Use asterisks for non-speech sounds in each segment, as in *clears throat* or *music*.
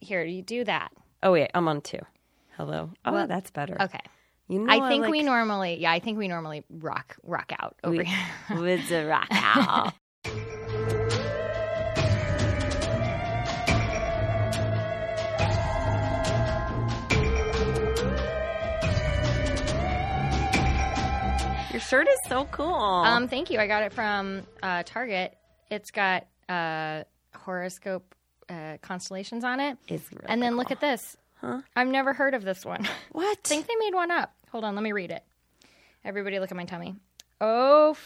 Here, you do that. Oh wait, I'm on two. Hello. Oh, that's better. Okay. You know, I think like, we normally, yeah, I think we normally rock rock out over We- *laughs* here. *laughs* with the rock out. Your shirt is so cool. Um, thank you. I got it from uh, Target. It's got uh, horoscope uh, constellations on it. It's really and then look at this. Huh? I've never heard of this one. *laughs* what? I think they made one up. Hold on, let me read it. Everybody, look at my tummy. Ophidicus.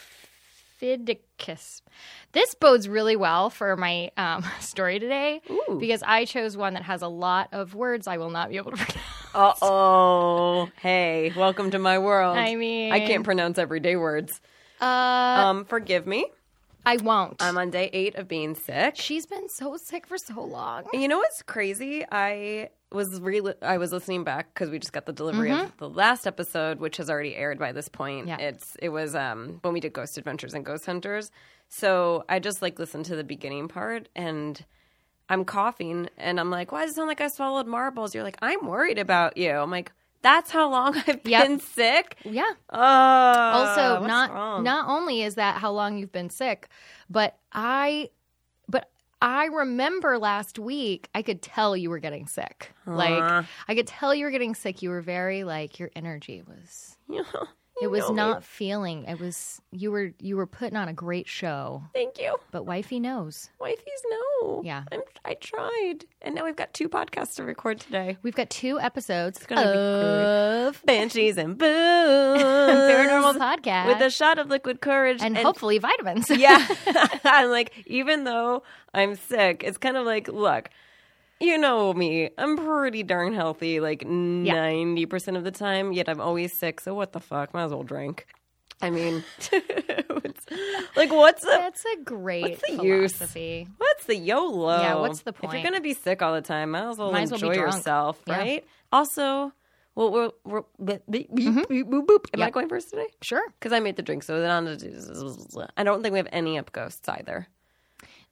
This bodes really well for my um, *laughs* story today Ooh. because I chose one that has a lot of words I will not be able to *laughs* pronounce. Uh oh. Hey, welcome to my world. I mean, I can't pronounce everyday words. Uh, Um, forgive me. I won't. I'm on day eight of being sick. She's been so sick for so long. And You know what's crazy? I was re- I was listening back because we just got the delivery of the last episode, which has already aired by this point. Mm-hmm. Yeah. It's it was um, when we did Ghost Adventures and Ghost Hunters. So I just like listened to the beginning part and I'm coughing and I'm like, why does it sound like I swallowed marbles? You're like, I'm worried about you. I'm like, that's how long *laughs* I've Yep. been sick. Yeah. Oh, also what's not wrong? not only is that how long you've been sick but i but i remember last week i could tell you were getting sick Huh. like i could tell you were getting sick you were very like your energy was it You was know me. not feeling it was you were you were putting on a great show *laughs* Thank you. but wifey knows Wifey's no. Yeah. I'm, I tried. And now we've got two podcasts to record today. we've got two episodes gonna be good. of Banshees *laughs* and Boo. paranormal Paranormal podcast With a shot of liquid courage. and, hopefully vitamins *laughs* *laughs* Yeah. I'm like, even though I'm sick, it's kind of like, look, you know me. I'm pretty darn healthy, like 90% of the time, yet I'm always sick. So what the fuck? Might as well drink. I mean, *laughs* it's- like, what's the that's a great What's the use? philosophy What's the YOLO? Yeah, what's the If point? you're gonna be sick all the time, might as well Might as well be enjoy drunk. yourself, Yeah. Mm-hmm. right? Also, well, we're, we're, bleep, bleep, bleep, boop, boop. Am I Yep. going first today? sure Because I made the drink, so then on to, I don't think we have any up ghosts either.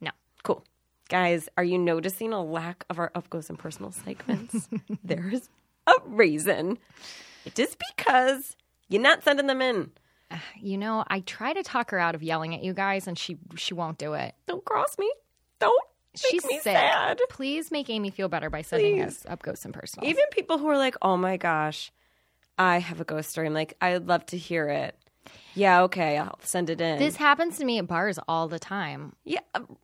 no Cool, guys. Are you noticing a lack of our up ghosts and *laughs* personal segments? there is a reason. It is because you're not sending them in. You know, I try to talk her out of yelling at you guys, and she she won't do it. Don't cross me. Don't. make She's me sick. sad. Please make Amy feel better by sending us up ghosts and personals. Even people who are like, "Oh my gosh, I have a ghost story." I'm like, "I'd love to hear it." Yeah, okay, I'll send it in. this happens to me at bars all the time. yeah, um,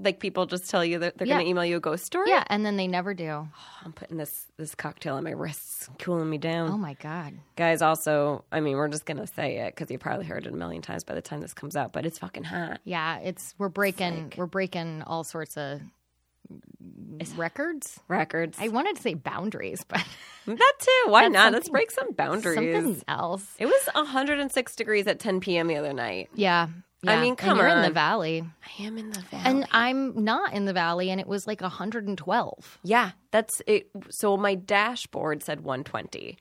like people just tell you that they're going Yeah. to email you a ghost story. Yeah, and then they never do. I'm putting this this cocktail on my wrists, cooling me down, Oh my god. guys. Also, I mean, we're just gonna say it because you probably heard it a million times by the time this comes out, but it's fucking hot. Yeah, it's we're breaking we're breaking all sorts of records. Records. I wanted to say boundaries, *laughs* but that too. Why That's not? Let's something- break some boundaries. something else. It was 106 degrees at 10 p.m. the other night. Yeah. I yeah. mean, And come you're in the on. valley, I am in the valley. and I'm not in the valley, and it was like 112. Yeah, that's it. So my dashboard said 120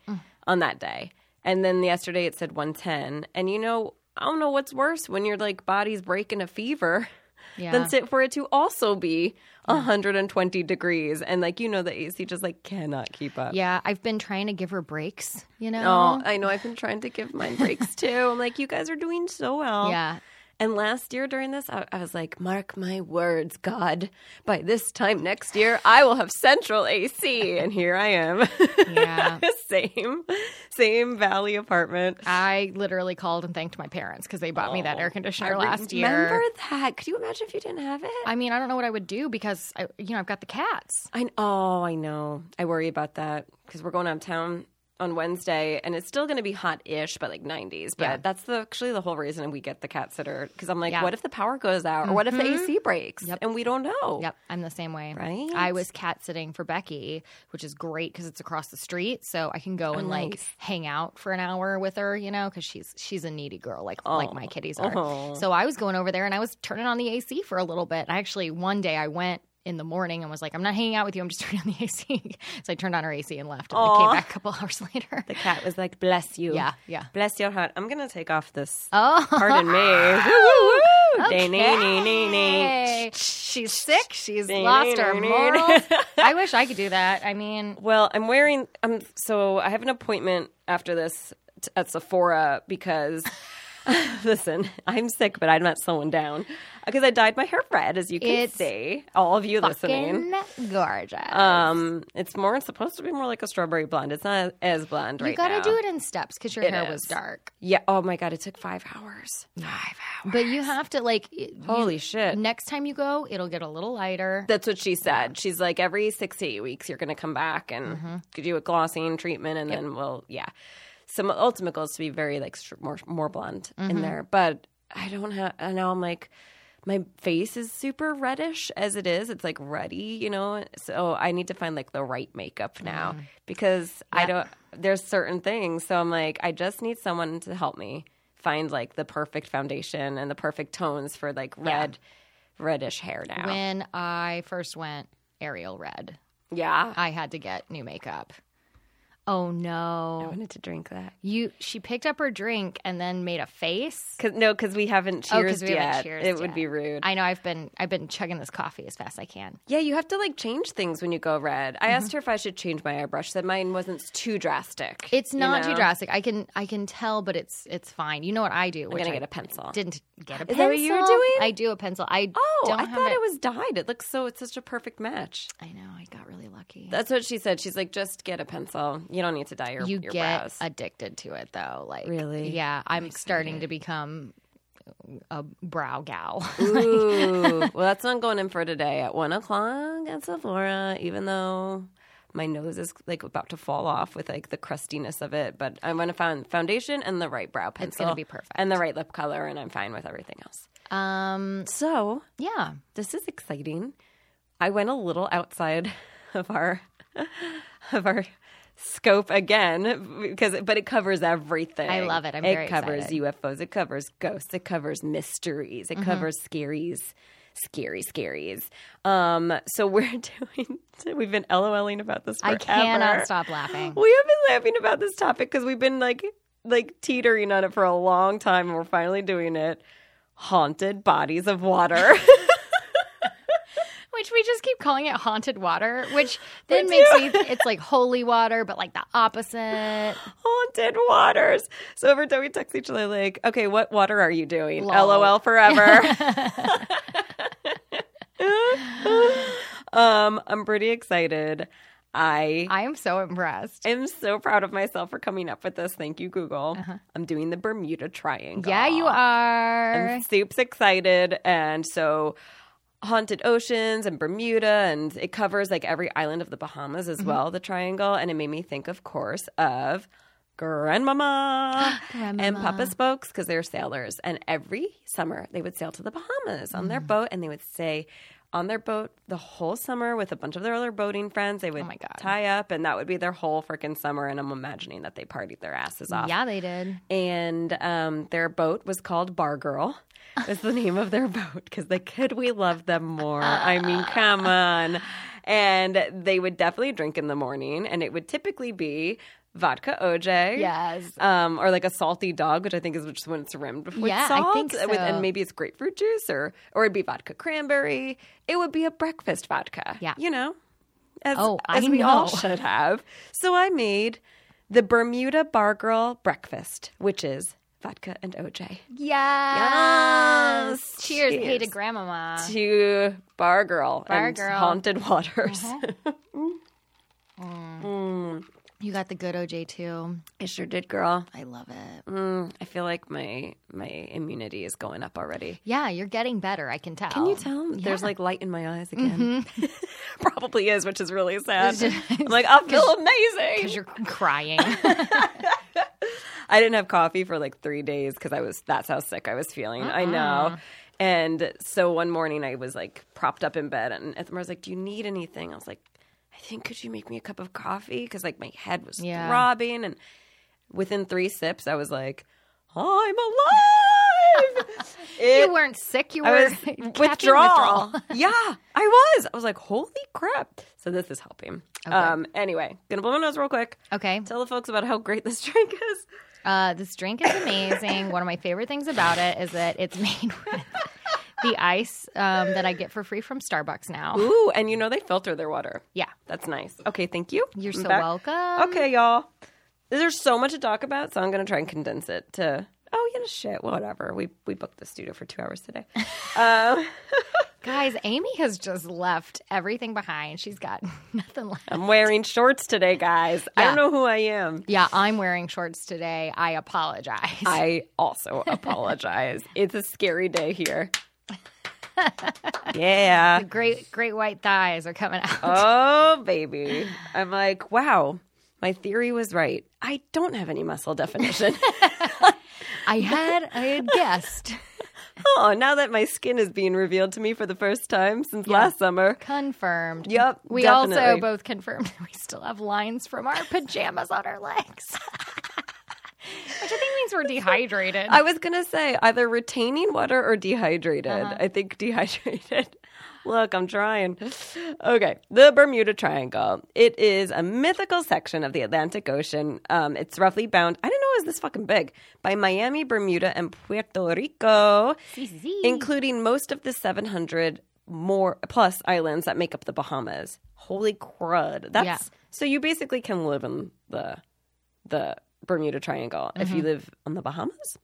on that day. And then yesterday it said 110. And you know, I don't know what's worse when your like body's breaking a fever Yeah. than sit for it to also be 120 degrees and like you know the AC just like cannot keep up. Yeah, I've been trying to give her breaks, you know? Oh, I know I've been trying to give mine breaks too. I'm like you guys are doing so well. Yeah. And last year during this, I, I was like, mark my words, God, by this time next year, I will have central AC. And here I *laughs* am. *laughs* Yeah. same, same Valley apartment. I literally called and thanked my parents because they bought me that air conditioner last year. Remember that? Could you imagine if you didn't have it? I mean, I don't know what I would do because, I, you know, I've got the cats. I oh, I know. I worry about that because we're going out of town on Wednesday, and it's still going to be hot-ish, but like 90s. But Yeah. that's the, actually the whole reason we get the cat sitter because I'm like, Yeah. Mm-hmm. what if the power goes out, or what if the AC breaks, and we don't know. Yep, I'm the same way. Right? I was cat sitting for Becky, which is great because it's across the street, so I can go and like Oh, nice. hang out for an hour with her, you know, because she's she's a needy girl, like like my kitties are. Oh. So I was going over there and I was turning on the AC for a little bit. I actually one day I went in the morning and was like, I'm not hanging out with you. I'm just *laughs* turning on the AC. so I turned on her AC and left, and I came Aw. back a couple *laughs* hours later. The cat was like, bless you. Yeah, Oh, yeah. *laughs* Bless your heart. I'm going to take off this. Oh, Pardon me. Da-na-na-na-na. Okay. She's sick. She's lost her *laughs* morals. I wish I could do that. I mean, Well, I'm wearing. I'm so I have an appointment after this t- at Sephora *laughs* because. *laughs* Listen, I'm sick, but I'm not slowing down because I dyed my hair red, as you can It's see. All of you listening, fucking gorgeous. um, it's more. It's supposed to be more like a strawberry blonde. It's not as blonde right you got now. to do it in steps because your It hair was is. dark. Yeah. Oh my god, it took five hours. Five hours. But you have to, like, y- Holy shit. next time you go, it'll get a little lighter. That's what she said. She's like, every six to eight weeks, you're going to come back and do a glossing treatment, and then we'll, yeah. So my ultimate goal is to be very like str- more more blonde in there, but I don't have. And now I'm like, my face is super reddish as it is. It's like ruddy, you know. So I need to find like the right makeup now because I don't. There's certain things, so I'm like, I just need someone to help me find like the perfect foundation and the perfect tones for like red, reddish hair now. When I first went Ariel Red, yeah, I had to get new makeup. Oh I no. wanted to drink that. You she picked up her drink and then made a face. Cause, no, because Oh, we haven't 'cause cheers we yet. haven't cheersed it would yet. be rude. I know I've been I've been chugging this coffee as fast as I can. yeah, you have to like change things when you go red. I asked her if I should change my eyebrush. She said mine wasn't too drastic. It's you not know? too drastic. I can I can tell, but it's it's fine. You know what I do? I'm Which gonna I get a pencil. didn't get a pencil. Is that what you were doing? I do a pencil. I oh, don't I have thought it. it was dyed. It looks so. It's such a perfect match. I know. I got really lucky. That's what she said. She's like, just get a pencil. You don't need to dye your you your get brows. addicted to it though. Like Really? yeah. I'm, starting to become a brow gal. *laughs* Ooh, well, that's what I'm going in for today at one o'clock at Sephora. Even though my nose is like about to fall off with like the crustiness of it, but I'm gonna find foundation and the right brow pencil. gonna be perfect. and the right lip color, and I'm fine with everything else. um. So Yeah. this is exciting. I went a little outside *laughs* of our of our scope again because but it covers everything. I love it. I'm it very covers excited. Mm-hmm. UFOs, it covers ghosts, it covers mysteries, it covers scaries. Scary, scaries. Um, so *laughs* we're doing. We've been loling about this. Forever. I cannot stop laughing. *laughs* We have been laughing about this topic because we've been like like teetering on it for a long time, and we're finally doing it. Haunted bodies of water. *laughs* Which we just keep calling it haunted water, *laughs* which then makes me it's like holy water, but like the opposite. *laughs* haunted waters. So every time we text each other, like, okay, what water are you doing? Lol. LOL *laughs* forever. *laughs* um, I'm pretty excited. I I am so impressed. am so proud of myself for coming up with this. Thank you, Google. I'm doing the Bermuda Triangle. Uh-huh. Yeah, you are. I'm soup's excited. And so haunted oceans and Bermuda and it covers like every island of the Bahamas Mm-hmm. as well, the triangle. And it made me think, of course, of Grandmama *gasps* and Grandmama. Papa Spokes because they're sailors. And every summer they would sail to the Bahamas on Mm. their boat and they would stay on their boat the whole summer with a bunch of their other boating friends. They would Oh my God. tie up and that would be their whole freaking summer. And I'm imagining that they partied their asses off Yeah, they did. and um, their boat was called Bar Girl. Was the name of their boat because they could we love them more? I mean, come on. And they would definitely drink in the morning, and it would typically be vodka OJ, Yes. um, or like a salty dog, which I think is just when it's rimmed with Yeah, I salt, think with- and so. maybe it's grapefruit juice, or or it'd be vodka cranberry. It would be a breakfast vodka, Yeah. you know, as, Oh, I as we all know. should have. So I made the Bermuda Bar Girl breakfast, which is vodka and OJ. Yes. Yes. Cheers. Hey to Cheers. grandmama. To Bar Girl Bar and Girl. Uh-huh. Haunted Waters. You got the good OJ too. I sure did, girl. I love it. Mm, I feel like my my immunity is going up already. Yeah, you're getting better. I can tell. Can you Oh, tell? There's like light in my eyes again. Mm-hmm. *laughs* Probably is, which is really sad. I'm like, I *laughs* feel amazing. Because you're *laughs* crying. I didn't have coffee for like three days because I was that's how sick I was feeling. I Uh-uh. know. And so one morning I was like propped up in bed, and Ethmer was like, "Do you need anything?" I was like, "I think could you make me a cup of coffee?" Because like my head was Yeah. throbbing, and within three sips, I was like, *laughs* "I'm alive!" It- you weren't sick. You I were *laughs* was caffeine withdrawal. withdrawal. *laughs* yeah, I was. I was like, "Holy crap!" So this is helping. Okay. Um. Anyway, gonna blow my nose real quick. Okay. Tell the folks about how great this *laughs* drink is. Uh, this drink is amazing. One of my favorite things about it is that it's *laughs* made with the ice um, that I get for free from Starbucks now. Ooh, and you know they filter their water. Yeah. That's nice. Okay, thank you. You're I'm so back. welcome. Okay, y'all. There's so much to talk about, so I'm gonna try and condense it to. Oh yeah, shit. Whatever. We we booked the studio for two hours *laughs* today. um, Guys, Amy has just left everything behind. She's got *laughs* nothing left. I'm wearing shorts today, guys. I Yeah. don't know who I am. Yeah, I'm wearing shorts today. I apologize. I also *laughs* apologize. it's a scary *laughs* day here. yeah. great, great white thighs are coming out. Oh, baby. I'm like, wow, my theory was right. I don't have any muscle definition. *laughs* I had, I had guessed. *laughs* oh, now that my skin is being revealed to me for the first time since last summer. Confirmed. Yep, We also definitely. both confirmed that we still have lines from our pajamas on our legs, *laughs* which I think means we're dehydrated. I was going to say either retaining water or dehydrated. Uh-huh. I think *laughs* dehydrated. Look, I'm trying. Okay, the Bermuda Triangle. It is a mythical section of the Atlantic Ocean. Um, it's roughly bound, I didn't know it was this fucking big, by Miami, Bermuda, and Puerto Rico, *laughs* Zee. including most of the 700 more plus islands that make up the Bahamas. Holy crud. That's so you basically can live in the the Bermuda Triangle if you live on the Bahamas.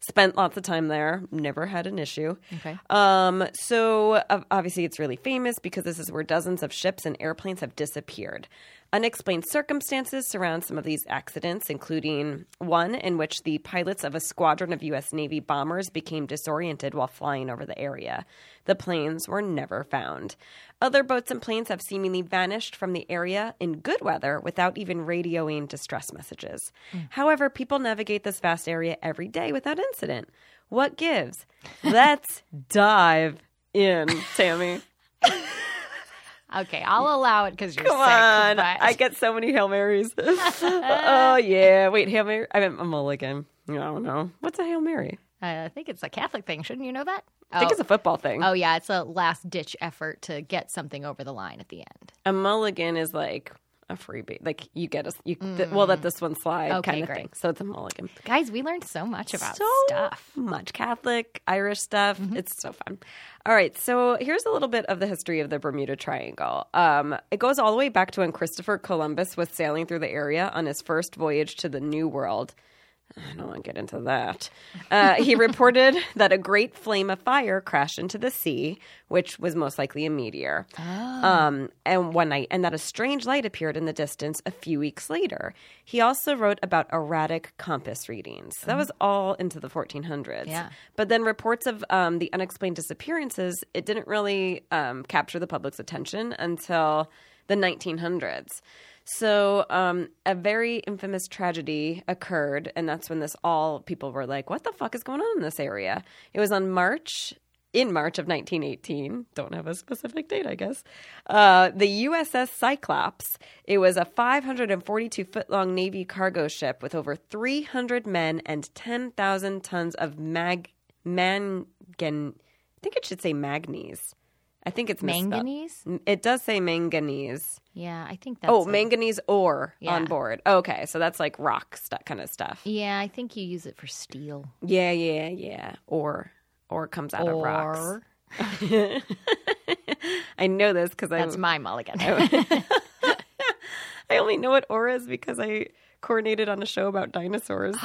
Spent lots of time there, never had an issue. Okay. Um, so ob- obviously it's really famous because this is where dozens of ships and airplanes have disappeared. Unexplained circumstances surround some of these accidents, including one in which the pilots of a squadron of U.S. Navy bombers became disoriented while flying over the area. The planes were never found. Other boats and planes have seemingly vanished from the area in good weather without even radioing distress messages. However, people navigate this vast area every day without incident. What gives? Let's dive in, *laughs* Tammy. okay, I'll allow it because you're Come sick. on. but- I get so many Hail Marys. *laughs* oh, yeah. Wait, Hail Mary? I meant a mulligan. I don't know. What's a Hail Mary? I think it's a Catholic thing. Shouldn't you know that? I think it's a football thing. Oh yeah, it's a last ditch effort to get something over the line at the end. A mulligan is like a freebie. Like you get a, you, th- we'll let this one slide Mm. Okay, kind of great. thing. So it's a mulligan. Guys, we learned so much about so stuff. Mm-hmm. much Catholic, Irish stuff. It's so fun. All right, so here's a little bit of the history of the Bermuda Triangle. Um, it goes all the way back to when Christopher Columbus was sailing through the area on his first voyage to the New World. I don't want to get into that. Uh, *laughs* he reported that a great flame of fire crashed into the sea, which was most likely a meteor. Ah. Um, and one night, and that a strange light appeared in the distance a few weeks later. He also wrote about erratic compass readings. That was all into the 1400s. Yeah. But then reports of um, the unexplained disappearances, it didn't really um, capture the public's attention until the 1900s. So um, a very infamous tragedy occurred, and that's when this all people were like, "What the fuck is going on in this area?" It was on March. In March of 1918, don't have a specific date, I guess. Uh, the USS Cyclops. It was a 542 foot long Navy cargo ship with over 300 men and 10,000 tons of mag mangan. I think it should say magnes. I think it's misspelled. Manganese? It does say manganese. Yeah, I think that's Oh, a- manganese ore Yeah. on board. Okay, so that's like rock stu kind of stuff. Yeah, I think you use it for steel. Yeah, yeah, yeah. Ore, ore comes out of rocks. Or I know this because I that's my mulligan. *laughs* I only know what ore is because I coordinated on a show *gasps* about dinosaurs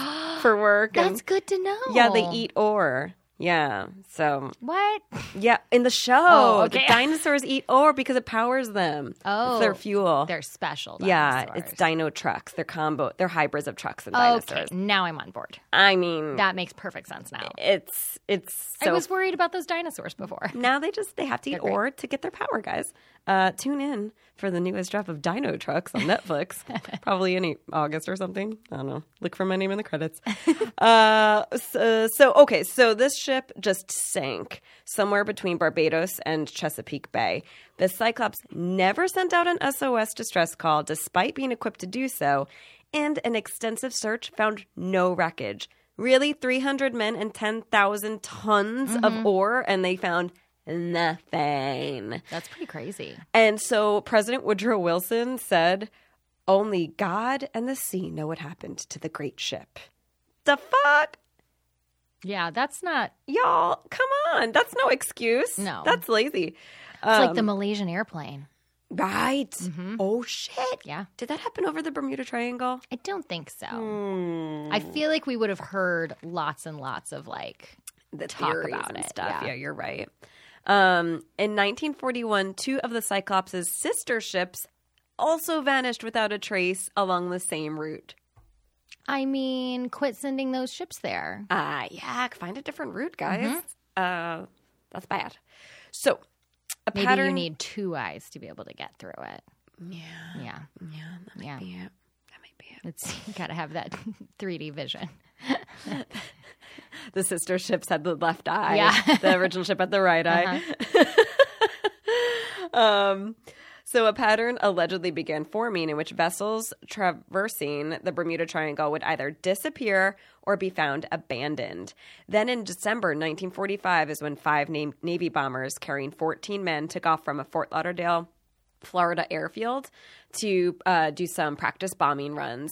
for work. and- that's good to know. yeah, they eat ore. Yeah, so What? yeah, in the show, Oh, okay. *laughs* the dinosaurs eat ore because it powers them. Oh. it's their fuel. They're special. yeah, dinosaurs. it's dino trucks. They're combo. They're hybrids of trucks and Okay, dinosaurs. now I'm on board. I mean, That makes perfect sense now. it's it's so I was worried about those dinosaurs before. *laughs* now they just they have to eat great. ore to get their power guys uh, tune in for the newest drop of dino trucks on netflix *laughs* probably in august or something i don't know look for my name in the credits *laughs* uh, so, so okay so this ship just sank somewhere between barbados and chesapeake bay the cyclops never sent out an sos distress call despite being equipped to do so and an extensive search found no wreckage Really, 300 men and 10,000 tons of ore, and they found nothing. That's pretty crazy. And so President Woodrow Wilson said, Only God and the sea know what happened to the great ship. The fuck? Yeah, that's not. Y'all, come on. That's no excuse. No. That's lazy. It's like Um, the Malaysian airplane. Right. Oh, shit. Mm-hmm. Yeah. Did that happen over the Bermuda Triangle? I don't think so. Hmm. I feel like we would have heard lots and lots of like. the talk theories about and it, stuff. yeah. Yeah. you're right. Um, in 1941, two of the Cyclops' sister ships also vanished without a trace along the same route. I mean, quit sending those ships there. Uh, yeah, find a different route, guys. Uh, that's bad. So, a Mm-hmm. Maybe pattern. you need two eyes to be able to get through it. yeah, Yeah, yeah, that might Yeah. be it. That might be it. it's *laughs* you gotta have that 3D vision. The sister ships had the left eye. Yeah. the original ship had the right eye. *laughs* um, so a pattern allegedly began forming in which vessels traversing the Bermuda Triangle would either disappear or be found abandoned. Then in December 1945 is when five na- Navy bombers carrying 14 men took off from a Fort Lauderdale, Florida airfield to uh, do some practice bombing runs.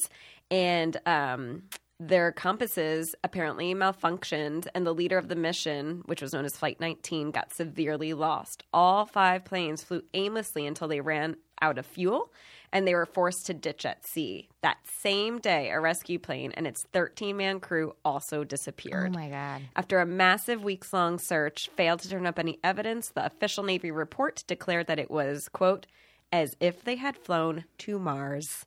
And um, their compasses apparently malfunctioned, and the leader of the mission, which was known as Flight 19, got severely lost. All five planes flew aimlessly until they ran out of fuel and they were forced to ditch at sea. That same day, a rescue plane and its 13 man crew also disappeared. Oh my god. After a massive weeks long search failed to turn up any evidence, the official Navy report declared that it was, quote, as if they had flown to Mars.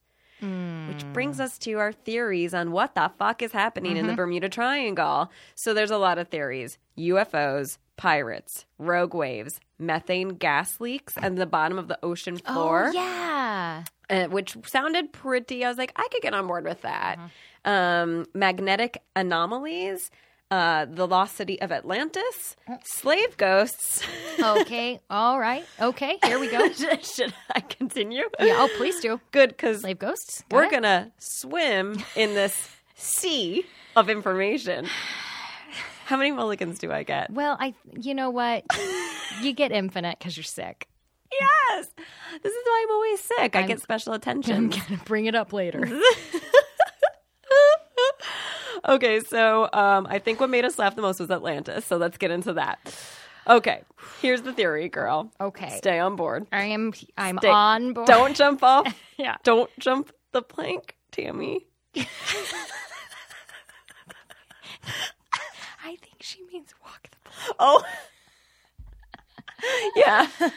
Which brings us to our theories on what the fuck is happening in the Bermuda Triangle. So there's a lot of theories UFOs, pirates, rogue waves, methane gas leaks, and the bottom of the ocean floor Oh yeah. uh, which sounded pretty. I was like, I could get on board with that. Uh-huh. Um, magnetic anomalies, uh, the lost city of Atlantis, Oh. slave ghosts. Okay. All right. Okay. Here we go. *laughs* Should I continue? Yeah. Oh, please do. *laughs* Good, because Slave ghosts. Got we're it? going to swim in this sea of information. How many mulligans do I get? Well, I. You know what? you get infinite because you're sick. Yes! This is why I'm always sick. I get special I'm attention. gonna bring it up *laughs* later. okay, so um, I think what made us laugh the most was Atlantis. So let's get into that. Okay, here's the theory, girl. Okay. Stay on board. I am. I'm Stay- on board. Don't *laughs* jump off. Yeah. Don't jump the plank, Tammy. I think she means walk the plank. Oh. *laughs* yeah. *laughs*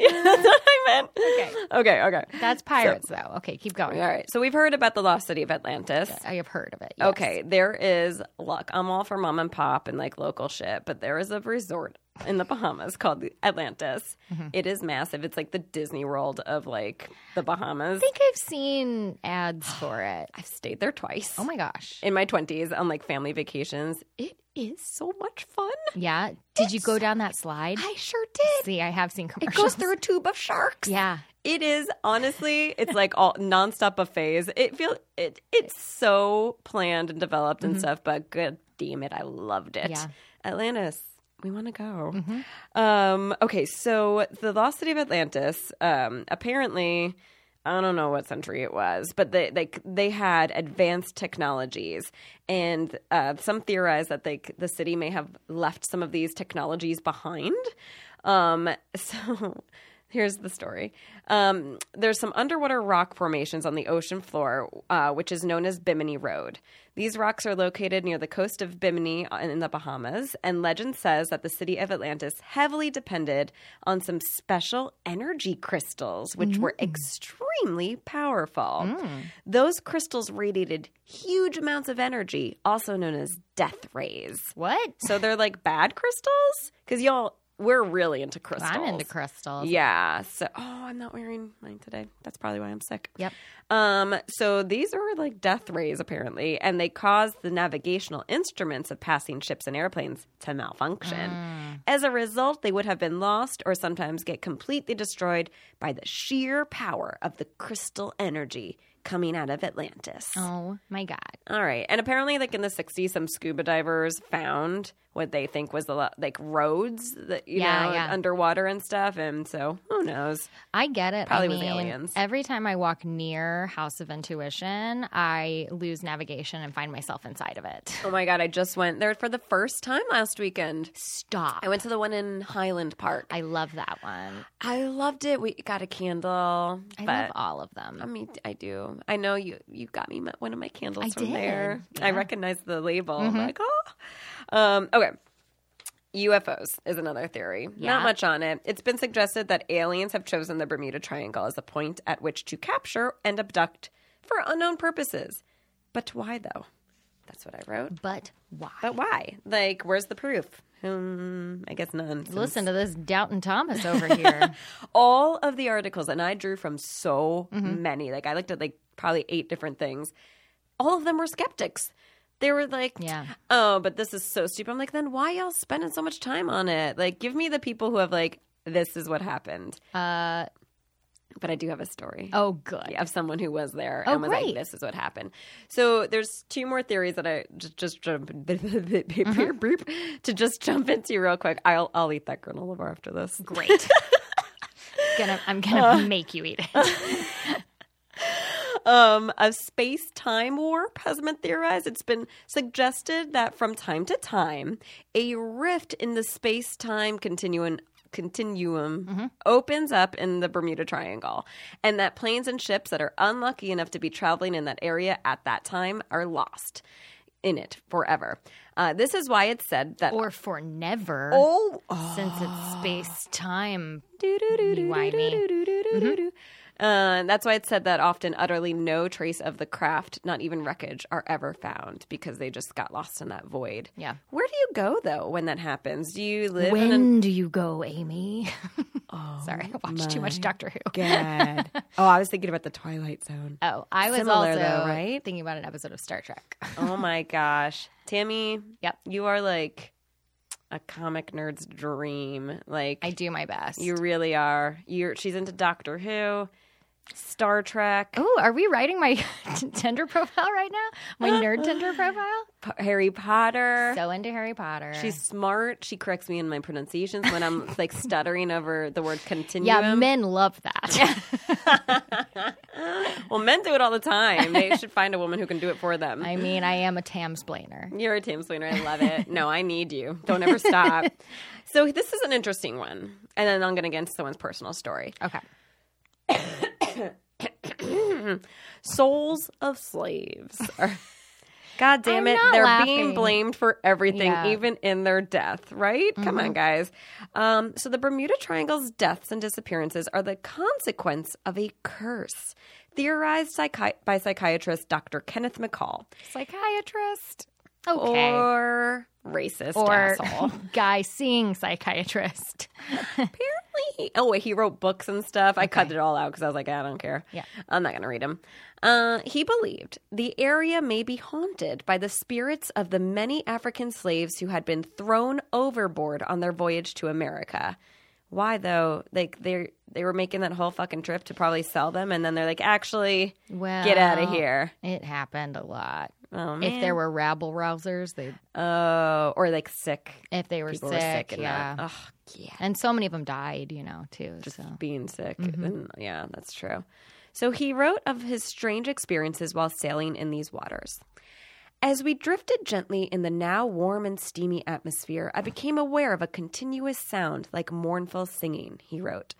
Yeah, that's what I meant. Okay. Okay, okay. That's pirates, though. Okay, keep going. All right. So we've heard about the lost city of Atlantis. I have heard of it. yes. Okay, there is look. I'm all for mom and pop and like local shit, but there is a resort in the Bahamas called the Atlantis. It is massive. It's like the Disney World of like the Bahamas. I think I've seen ads for it. I've stayed there twice Oh my gosh. in my 20s on like family vacations. It is so much fun. Yeah. Did you go down that slide? I sure did. See, I have seen It commercials. goes through a tube of sharks. Yeah. It is honestly, it's like all nonstop buffets. It feel it it's so planned and developed and stuff, but good damn it, I loved it. Yeah. Atlantis, we want to go. Um, okay, so the lost city of Atlantis, um, apparently I don't know what century it was, but they they they had advanced technologies, and uh, some theorize that they c- the city may have left some of these technologies behind. Um, *laughs* so. Here's the story. Um, there's some underwater rock formations on the ocean floor, uh, which is known as Bimini Road. These rocks are located near the coast of Bimini in the Bahamas, and legend says that the city of Atlantis heavily depended on some special energy crystals, which were extremely powerful. Those crystals radiated huge amounts of energy, also known as death rays. What? So they're like bad crystals? Because y'all, we're really into crystals. I'm into crystals. Yeah. So, oh, I'm not wearing mine today. That's probably why I'm sick. Yep. Um, so these are like death rays apparently, and they cause the navigational instruments of passing ships and airplanes to malfunction. As a result, they would have been lost or sometimes get completely destroyed by the sheer power of the crystal energy coming out of Atlantis. Oh my god. All right. And apparently, like in the 60s, some scuba divers found what they think was the lo- like roads that you Yeah, know yeah. underwater and stuff. And so who knows? I get it. Probably I was mean, aliens. Every time I walk near House of Intuition, I lose navigation and find myself inside of it. Oh my god! I just went there for the first time last weekend. Stop. I went to the one in Highland Park. I love that one. I loved it. We got a candle. I but love all of I them. mean, I do. I know you. You got me my, one of my candles I from did. there. I Yeah. Mm-hmm. recognize the label. I'm like, oh. Um, okay. UFOs is another theory. Not Yeah. much on it. It's been suggested that aliens have chosen the Bermuda Triangle as a point at which to capture and abduct for unknown purposes. But why though? That's what I wrote. But why? But why? Like, where's the proof? Hmm, I guess none. since- Listen to this Downton Thomas over *laughs* here. all of the articles and i drew from so many like i looked at like probably eight different things all of them were skeptics they were like Yeah. oh but this is so stupid i'm like then why y'all spending so much time on it like give me the people who have like this is what happened uh, but i do have a story oh, good. of someone who was there Oh, and was like great. this is what happened so there's two more theories that i just just jump to just jump into real quick i'll i'll eat that granola bar after this Great. *laughs* gonna, I'm gonna Uh. make you eat *laughs* it. um, a space time warp has been theorized. It's been suggested that from time to time, a rift in the space time continuum continuum opens up in the Bermuda Triangle, and that planes and ships that are unlucky enough to be traveling in that area at that time are lost in it forever. Uh, this is why it's said that. or for never, all since it's space time. Why me? do-do-do-do-do-do-do-do-do-do. Uh, that's why it said that often utterly no trace of the craft, not even wreckage, are ever found because they just got lost in that void. Yeah. Where do you go though when that happens? Do you live in an When do you go, Amy? *laughs* Oh Sorry, I watched too much Doctor Who. God. oh, I was thinking about the Twilight Zone. Oh, I was Similar, also though, right? thinking about an episode of Star Trek. *laughs* oh my gosh. Tammy, Yep. you are like a comic nerd's dream. Like I do my best. you really are. You're she's into Doctor Who, Star Trek. Oh, are we writing my *laughs* Tinder profile right now? My nerd *laughs* Tinder profile? P- Harry Potter. So into Harry Potter. She's smart. She corrects me in my pronunciations *laughs* when I'm like stuttering over the word continuum. yeah, men love that. well, men do it all the time. They should find a woman who can do it for *laughs* them. I mean, I am a tamsplainer. You're a Tim Sweeney. I love it. No, I need you. *laughs* Don't ever stop. so this is an interesting one, and then I'm going to get into someone's personal story. Okay. Souls of slaves. are- *laughs* God damn I'm it. not They're being laughing. blamed for everything, Yeah. even in their death, right? Come on, guys. Um, so, the Bermuda Triangle's deaths and disappearances are the consequence of a curse theorized psychi- by psychiatrist Dr. Kenneth McCall Psychiatrist. Okay. Or, or racist *laughs* *laughs* asshole. guy seeing psychiatrist. Apparently, he, oh wait, he wrote books and stuff. I cut it all out because I was like, "Ah, I don't care. Yeah. I'm not gonna read them. Uh, he believed the area may be haunted by the spirits of the many African slaves who had been thrown overboard on their voyage to America. Why though? Like they they were making that whole fucking trip to probably sell them, and then they're like, actually, Well, get out of here. It happened a lot. Oh, man. If there were rabble rousers, they oh, or like sick. if they were People sick, were sick. and yeah. that. Ugh, yeah. And so many of them died, you know, too. so being sick. And, yeah, that's true. So he wrote of his strange experiences while sailing in these waters. As we drifted gently in the now warm and steamy atmosphere, I became aware of a continuous sound like mournful singing, he wrote.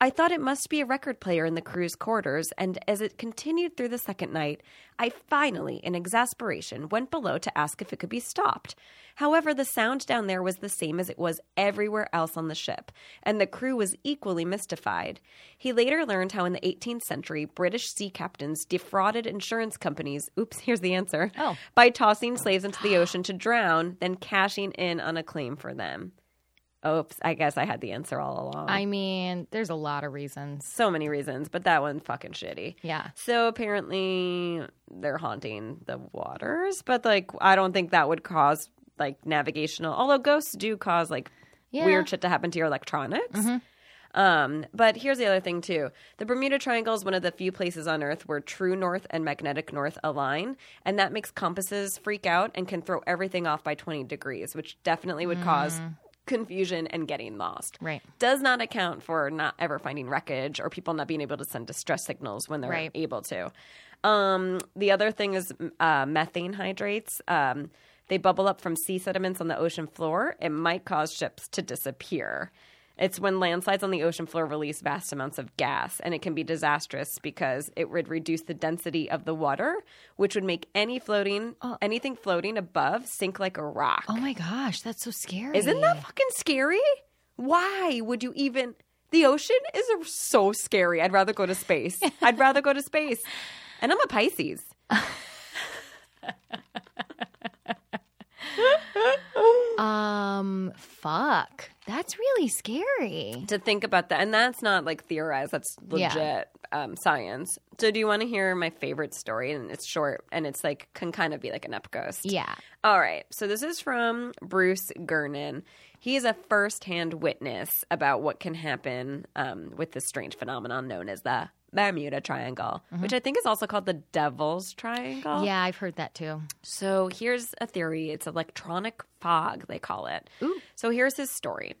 I thought it must be a record player in the crew's quarters, and as it continued through the second night, I finally, in exasperation, went below to ask if it could be stopped. However, the sound down there was the same as it was everywhere else on the ship, and the crew was equally mystified. He later learned how in the 18th century, British sea captains defrauded insurance companies. Oops, *laughs* here's the answer. Oh. By tossing slaves into the ocean to drown, then cashing in on a claim for them. Oops, I guess I had the answer all along. I mean, there's a lot of reasons. so many reasons, but that one fucking shitty. Yeah. So apparently they're haunting the waters, but like I don't think that would cause like navigational. Although ghosts do cause like Yeah. Mm-hmm. weird shit to happen to your electronics. Um, but here's the other thing too: the Bermuda Triangle is one of the few places on Earth where true north and magnetic north align, and that makes compasses freak out and can throw everything off by 20 degrees, which definitely would cause Mm. confusion and getting lost. Right. Does not account for not ever finding wreckage or people not being able to send distress signals when they're Right. able to. Um, the other thing is uh, methane hydrates. Um, they bubble up from sea sediments on the ocean floor. It might cause ships to disappear. It's when landslides on the ocean floor release vast amounts of gas, and it can be disastrous because it would reduce the density of the water, which would make any floating, anything floating above sink like a rock. Oh my gosh, that's so scary. Isn't that fucking scary? Why would you even? The ocean is so scary. I'd rather go to space. I'd rather go to space. And I'm a Pisces. Um, fuck. That's really scary. To think about that, and that's not like theorized. That's Yeah. legit um, science. So, do you want to hear my favorite story? And it's short, and it's like can kind of be like an up ghost. Yeah. All right. So this is from Bruce Gernon. He is a firsthand witness about what can happen um, with this strange phenomenon known as the Bermuda Triangle, which I think is also called the Devil's Triangle. Yeah, I've heard that too. So here's a theory. It's electronic fog, they call it. So here's his story.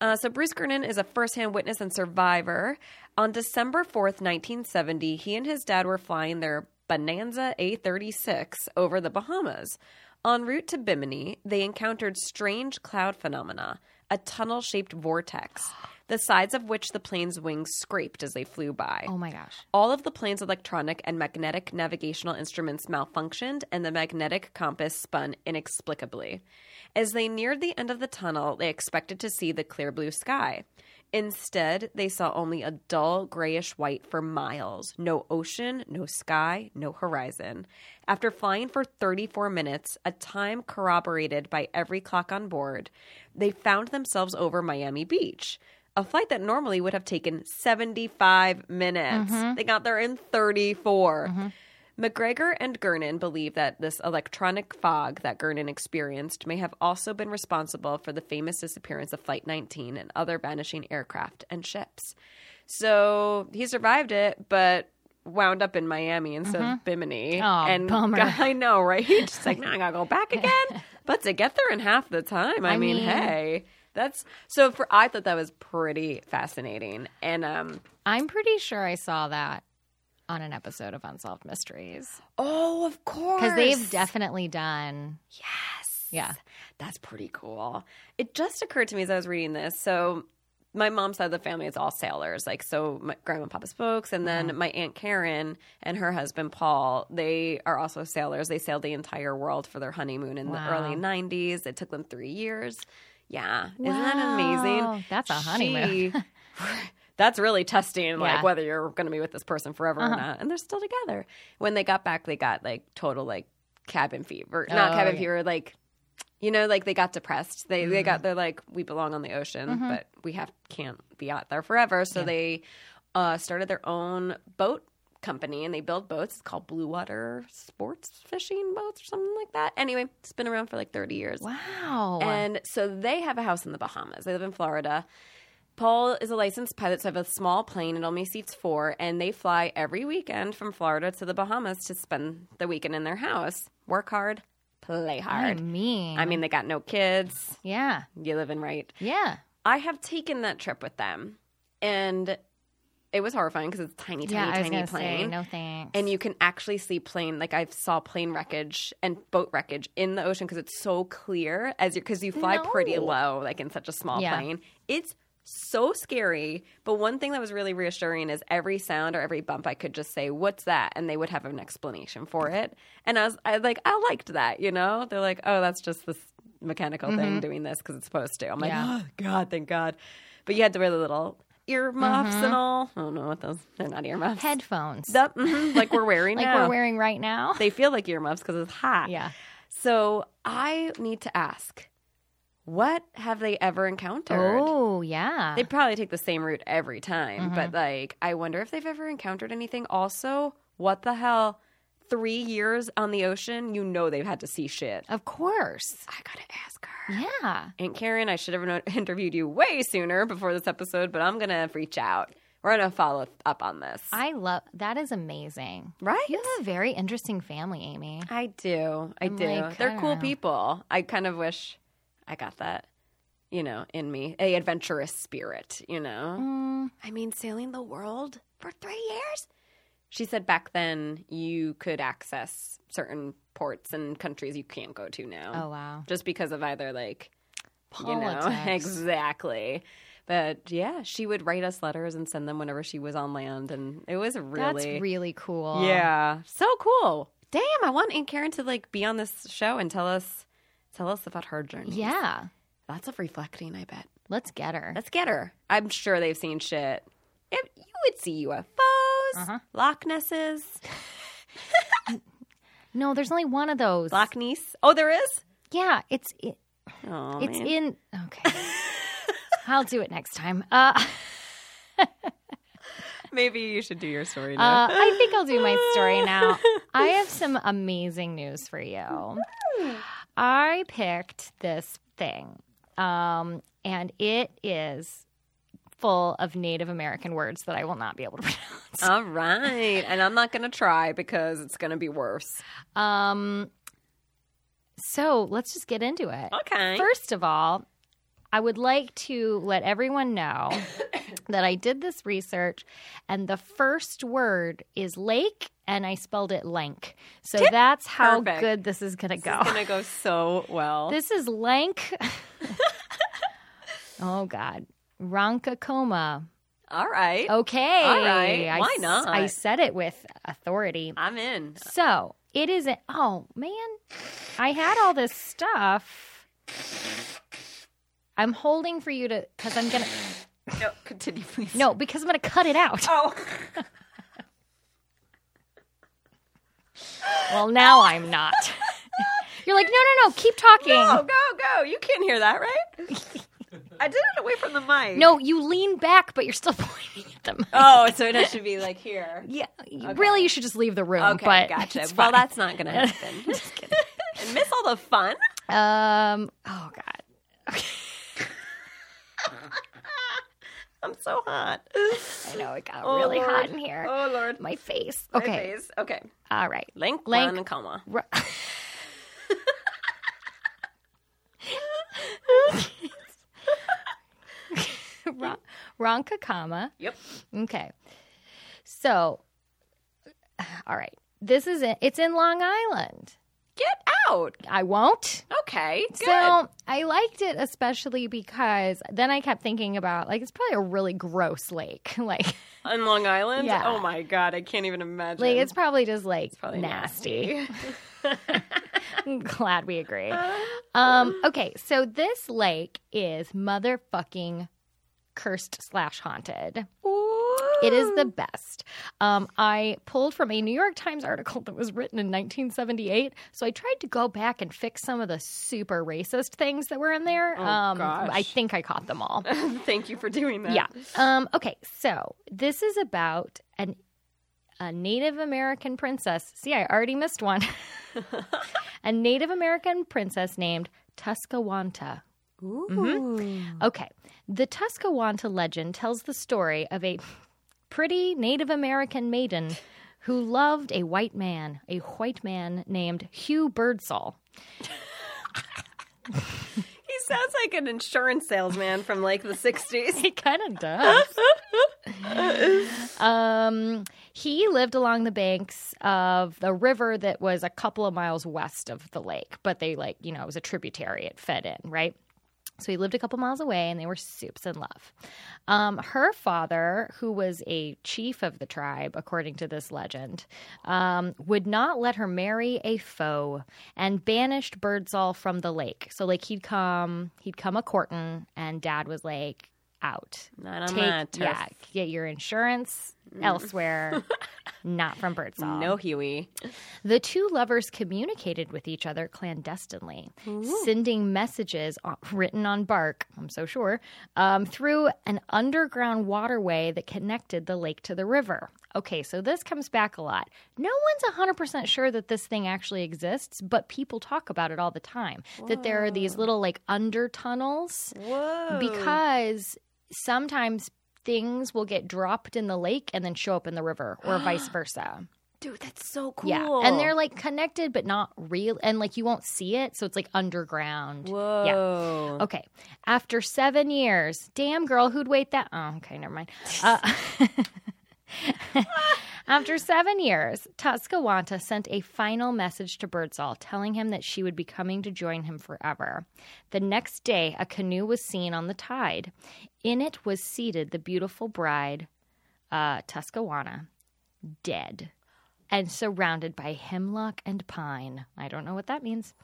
Uh, so Bruce Gernon is a firsthand witness and survivor. On December 4th, 1970, he and his dad were flying their Bonanza A36 over the Bahamas. En route to Bimini, they encountered strange cloud phenomena, a tunnel-shaped vortex, the sides of which the plane's wings scraped as they flew by. Oh my gosh. All of the plane's electronic and magnetic navigational instruments malfunctioned, and the magnetic compass spun inexplicably. As they neared the end of the tunnel, they expected to see the clear blue sky. Instead, they saw only a dull grayish white for miles no ocean, no sky, no horizon. After flying for 34 minutes, a time corroborated by every clock on board, they found themselves over Miami Beach a flight that normally would have taken 75 minutes. Mm-hmm. They got there in 34. McGregor and Gernon believe that this electronic fog that Gernon experienced may have also been responsible for the famous disappearance of Flight 19 and other vanishing aircraft and ships. So he survived it, but wound up in Miami instead of Bimini. Mm-hmm. Aw, and bummer. *laughs* I know, *laughs* right? Just like, now I gotta go back again. But to get there in half the time, I, I mean, mean- hey, that's so. For I thought that was pretty fascinating, and um, I'm pretty sure I saw that on an episode of Unsolved Mysteries oh, of course, because they've definitely done. yes, Yeah. that's pretty cool. It just occurred to me as I was reading this, so. My mom's side of the family is all sailors, like so. My grandma and Papa Spokes, and then Mm-hmm. my aunt Karen and her husband Paul. They are also sailors. They sailed the entire world for their honeymoon in the Wow. early '90s. It took them three years. Yeah, isn't that amazing? Wow, That's a honeymoon. *laughs* She- that's really testing like Yeah. Uh-huh. whether you're going to be with this person forever or not. And they're still together. When they got back, they got like total like cabin fever, not Oh, cabin yeah. Mm-hmm. fever, like you know, like they got depressed. They they got they're like we belong on the ocean, but we have can't be out there forever. So they uh, started their own boat company and they build boats It's called Blue Water Sports Fishing Boats or something like that. Anyway, it's been around for like thirty years. Wow. And so they have a house in the Bahamas. They live in Florida. Paul is a licensed pilot, so I have a small plane. It only seats four, and they fly every weekend from Florida to the Bahamas to spend the weekend in their house. Work hard, play I hard. mean, I mean, they got no kids. yeah, You living right. yeah, I have taken that trip with them, and it was horrifying because it's a tiny, yeah. I was tiny, gonna tiny say plane no thanks. and you can actually see plane like I saw plane wreckage and boat wreckage in the ocean because it's so clear as you because you fly pretty No. low like in such a small Yeah. plane. It's so scary. But one thing that was really reassuring is every sound or every bump I could just say what's that and they would have an explanation for it. And I was I like I liked that you know they're like oh that's just this mechanical thing doing this because it's supposed to. I'm like Mm-hmm. Yeah. oh god thank God. But you had to wear the little earmuffs Mm-hmm. and all. I don't know what those they're not earmuffs. headphones That- mhm, like we're *laughs* wearing like now. we're wearing right now. they feel like earmuffs because it's hot. yeah. So I need to ask, what have they ever encountered? Oh Mm-hmm. yeah. They probably take the same route every time, but like, I wonder if they've ever encountered anything. Also, what the hell? three years on the ocean, you know they've had to see shit. Of course. I gotta ask her. Yeah. Aunt Karen, I should have no- *laughs* interviewed you way sooner before this episode, but I'm gonna reach out. We're gonna follow up on this. I love that is amazing. right? You have a very interesting family, Amy. I do. I I'm do. like, I They're don't cool know. people. I kind of wish I got that, you know, in me. A adventurous spirit, you know? Mm, I mean, sailing the world for three years? She said back then you could access certain ports and countries you can't go to now. oh wow. Just because of either, like, you know, *laughs* Politics. exactly. But yeah, she would write us letters and send them whenever she was on land. And it was really. That's really cool. Yeah. So cool. Damn, I want Aunt Karen to like be on this show and tell us tell us about her journey. Yeah. Lots of reflecting, I bet. Let's get her. Let's get her. I'm sure they've seen shit. If you would see UFOs, Uh-huh. Loch Nesses, No, there's only one of those. Loch Ness. Oh, there is? Yeah, it's it, Oh, it's man. in Okay. *laughs* I'll do it next time. Uh Maybe you should do your story now. Uh, I think I'll do my story now. I have some amazing news for you. I picked this thing, um, and it is full of Native American words that I will not be able to *laughs* pronounce. All right. And I'm not going to try because it's going to be worse. Um, so let's just get into it. Okay. First of all, I would like to let everyone know *coughs* that I did this research, and the first word is lake, and I spelled it lank. So that's how Perfect. good this is going to go. It's going to go so *laughs* well. This is *laughs* lank. oh, God. Ronkakoma. All right. Okay. All right. I Why s- not? I said it with authority. I'm in. So it isn't. Oh man, I had all this stuff. I'm holding for you to because I'm gonna No, continue, please. no because I'm gonna cut it out. Oh. Well, now I'm not. *laughs* You're like no no no keep talking. Go, go, go. You can hear that, right? I did it away from the mic. No, you lean back, but you're still *laughs* pointing at them. Oh, so it should be like here. yeah, you- really, you should just leave the room. Okay, but gotcha. it's Well, fine. that's not going *laughs* to happen. Just kidding. *laughs* and miss all the fun? um. Oh God. I'm so hot. I know it got Oh, really Lord. hot in here. Oh, Lord. My face. My Okay. face. Okay. All right. Link, Link. Link. comma. Ru- *laughs* Ron- Ronka comma. Yep. Okay. So, all right. This is it. It's in Long Island. Get out. I won't. Okay. Good. So I liked it especially because then I kept thinking about like it's probably a really gross lake. *laughs* Like On Long Island? Yeah. Oh, my God. I can't even imagine. like it's probably just like probably nasty. *laughs* I'm glad we agree. Um, okay, so this lake is motherfucking cursed slash haunted. It is the best. Um, I pulled from a New York Times article *laughs* that was written in 1978. So I tried to go back and fix some of the super racist things that were in there. um, gosh. I think I caught them all. *laughs* Thank you for doing that. Yeah. Um, okay. So this is about an a Native American princess. See, I already missed one. a Native American princess named Tuscawanta. Mm-hmm. Ooh. Okay. The Tuscawanta legend tells the story of a pretty Native American maiden who loved a white man, a white man named Hugh Birdsall. He sounds like an insurance salesman from like the *laughs* 60s. He kind of does. um, he lived along the banks of the river that was a couple of miles west of the lake, but they like you know it was a tributary it fed in, right? So he lived a couple miles away, and they were soups in love. Um, her father, who was a chief of the tribe, according to this legend, um, would not let her marry a foe and banished Birdsall from the lake. So, like, he'd come, he'd come a courtin', and Dad was like, "Out, Not on take, my turf. Mm. yeah, get your insurance *laughs* elsewhere, not from Birdsall." No Huey. The two lovers communicated with each other clandestinely, sending messages on, written on bark, I'm so sure, um, through an underground waterway that connected the lake to the river. Okay, so this comes back a lot. No one's 100% sure that this thing actually exists, but people talk about it all the time. That there are these little like under tunnels Whoa. because sometimes things will get dropped in the lake and then show up in the river or vice versa. dude, that's so cool. Yeah. And they're like connected but not real and like you won't see it, so it's like underground. Whoa. Okay. After seven years, damn girl, who'd wait that? Oh, okay, never mind. Uh, *laughs* after seven years, Tuscawanta sent a final message to Birdsall telling him that she would be coming to join him forever. The next day, a canoe was seen on the tide. In it was seated the beautiful bride, uh, Tuscawana, dead and surrounded by hemlock and pine. I don't know what that means.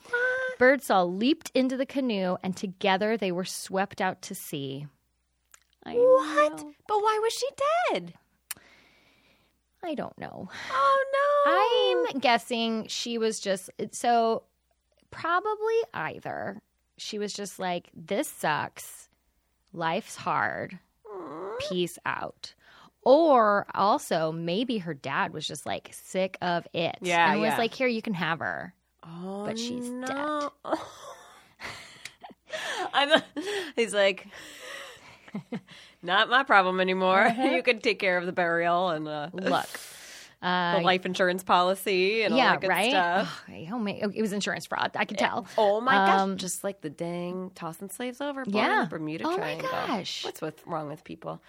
Birdsall leaped into the canoe and together they were swept out to sea. I What? know. But why was she dead? I don't know. Oh no. *gasps* I'm guessing she was just so probably either she was just like this sucks. Life's hard. Peace out. Or also maybe her dad was just like sick of it Yeah, and was yeah. like here you can have *laughs* her. Oh, But she's no. *laughs* I'm, he's like, not my problem anymore. Uh-huh. You can take care of the burial and uh, Look. the Uh, life insurance policy and all yeah, that good right. stuff. Ugh, oh, ma- it was insurance fraud. I could tell. Oh my Um, gosh! Just like the dang tossing slaves over, born Yeah. in the Bermuda Oh my Triangle. gosh. What's with, wrong with people?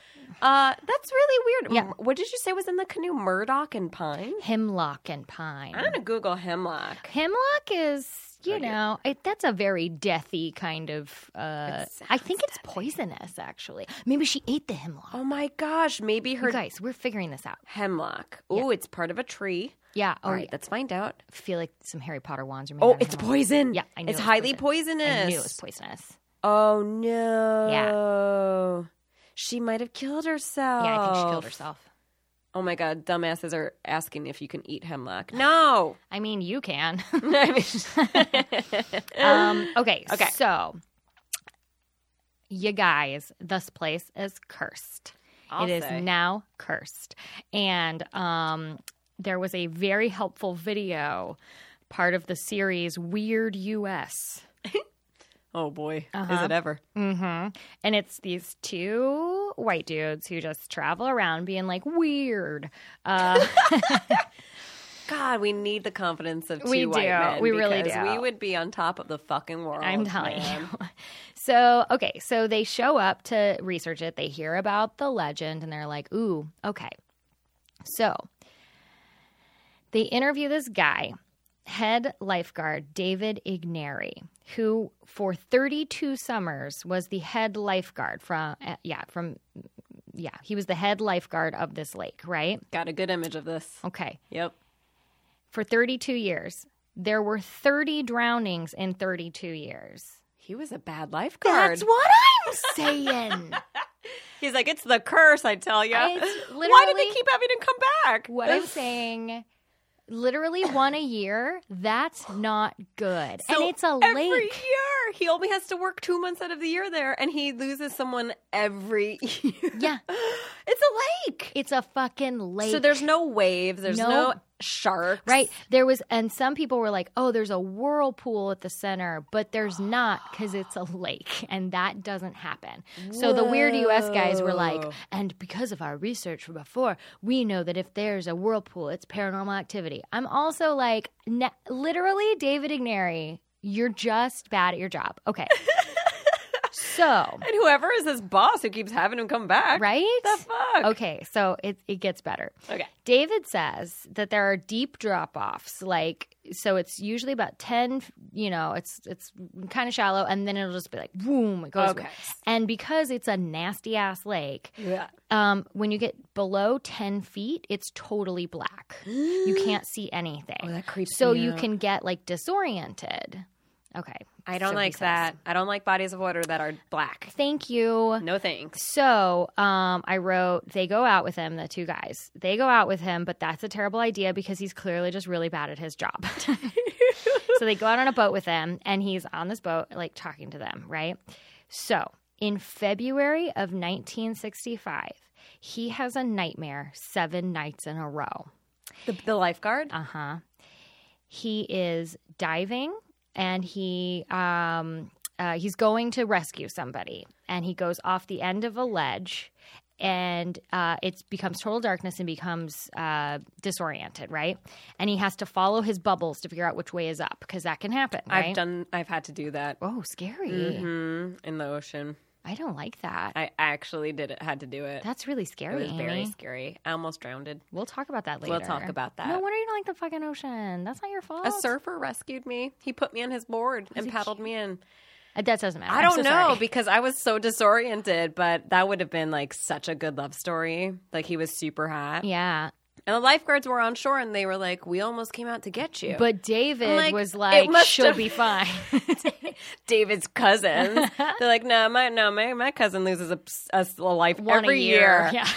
Uh, that's really weird. Yeah. What did you say was in the canoe? Murdoch and pine. Hemlock and pine. I'm gonna Google hemlock. Hemlock is, you Oh, yeah. know, it, that's a very deathy kind of. Uh, It I think it's poisonous, actually. Maybe she ate the hemlock. Oh my gosh! Maybe her you guys, we're figuring this out. hemlock. Oh, it's part of a tree. Yeah. Oh, All right, let's find out. I feel like some Harry Potter wands are made Oh, out of it's hemlock. poison. Yeah, I knew it's it was highly I poisonous. knew it was poisonous. oh no. She might have killed herself. Yeah, I think she killed herself. Oh my god, dumbasses are asking if you can eat hemlock. No. I mean, you can. *laughs* I mean, um, *laughs* okay. Okay. So, you guys, this place is cursed. I'll It is say. now cursed. And um, there was a very helpful video, part of the series Weird US. *laughs* oh boy, is Uh-huh. it ever? Mm-hmm. And it's these two white dudes who just travel around being like weird. Uh, God, we need the confidence of two We white do. men. We really because do. We would be on top of the fucking world. I'm telling Oh, man. you. *laughs* So, okay, so they show up to research it. They hear about the legend and they're like, ooh, okay. So they interview this guy, head lifeguard David Igneri, who for 32 summers was the head lifeguard from, uh, yeah, from, yeah, he was the head lifeguard of this lake, right? Got a good image of this. Okay. Yep. For 32 years, there were 30 drownings in 32 years. He was a bad lifeguard. what I'm saying. *laughs* He's like, it's the curse, I tell you. It's *laughs* Why did they literally- keep having to come back? what I'm saying, literally one a year, that's not good. and So it's a every lake. year. He only has to work two months out of the year there, and he loses someone every *laughs* year. Yeah. It's a lake. It's a fucking lake. So there's no waves. There's No. no, sharks. Right. There was, and some people were like, oh, there's a whirlpool at the center, but there's not because it's a lake and that doesn't happen. So the weird US guys were like, Whoa. and because of our research from before, we know that if there's a whirlpool, it's paranormal activity. I'm also like, ne- literally, David Ignary, you're just bad at your job. *laughs* Okay. so, And whoever is this boss who keeps having him come back. right? The fuck. Okay. So it, it gets better. Okay. David says that there are deep drop offs, like so it's usually about ten. You know, it's it's kind of shallow, and then it'll just be like boom, it goes. Okay. And because it's a nasty ass lake, Yeah. um, when you get below ten feet, it's totally black. *gasps* you can't see anything. Oh, that creeps so me you out. can get like disoriented. Okay, I don't so he like says. that. I don't like bodies of water that are black. Thank you. No thanks. So um, I wrote, they go out with him, the two guys. They go out with him, but that's a terrible idea because he's clearly just really bad at his job. *laughs* so they go out on a boat with him, and he's on this boat, like talking to them, right? So in February of 1965, He has a nightmare seven nights in a row. The, the lifeguard? Uh huh. He is diving and he um, uh, he's going to rescue somebody and he goes off the end of a ledge and uh, it becomes total darkness and becomes uh, disoriented, right? And he has to follow his bubbles to figure out which way is up because that can happen. Right? I've done. I've had to do that Oh, scary! Mhm, in the ocean. I don't like that. I actually did it. Had to do it. That's really scary. it was very Amy. scary. I almost drowned. We'll talk about that later. We'll talk about that. No wonder you don't like the fucking ocean. That's not your fault. A surfer rescued me. He put me on his board and paddled me in. Uh, That doesn't matter. I I'm don't so know sorry. because I was so disoriented, but that would have been like such a good love story. Like he was super hot. Yeah, And the lifeguards were on shore and they were like, We almost came out to get you. but David Like, was it like, must "She'll have- be *laughs* fine." David's cousins. *laughs* They're like, No, my no, my, my cousin loses a, a, a life one every a year. year. Yeah.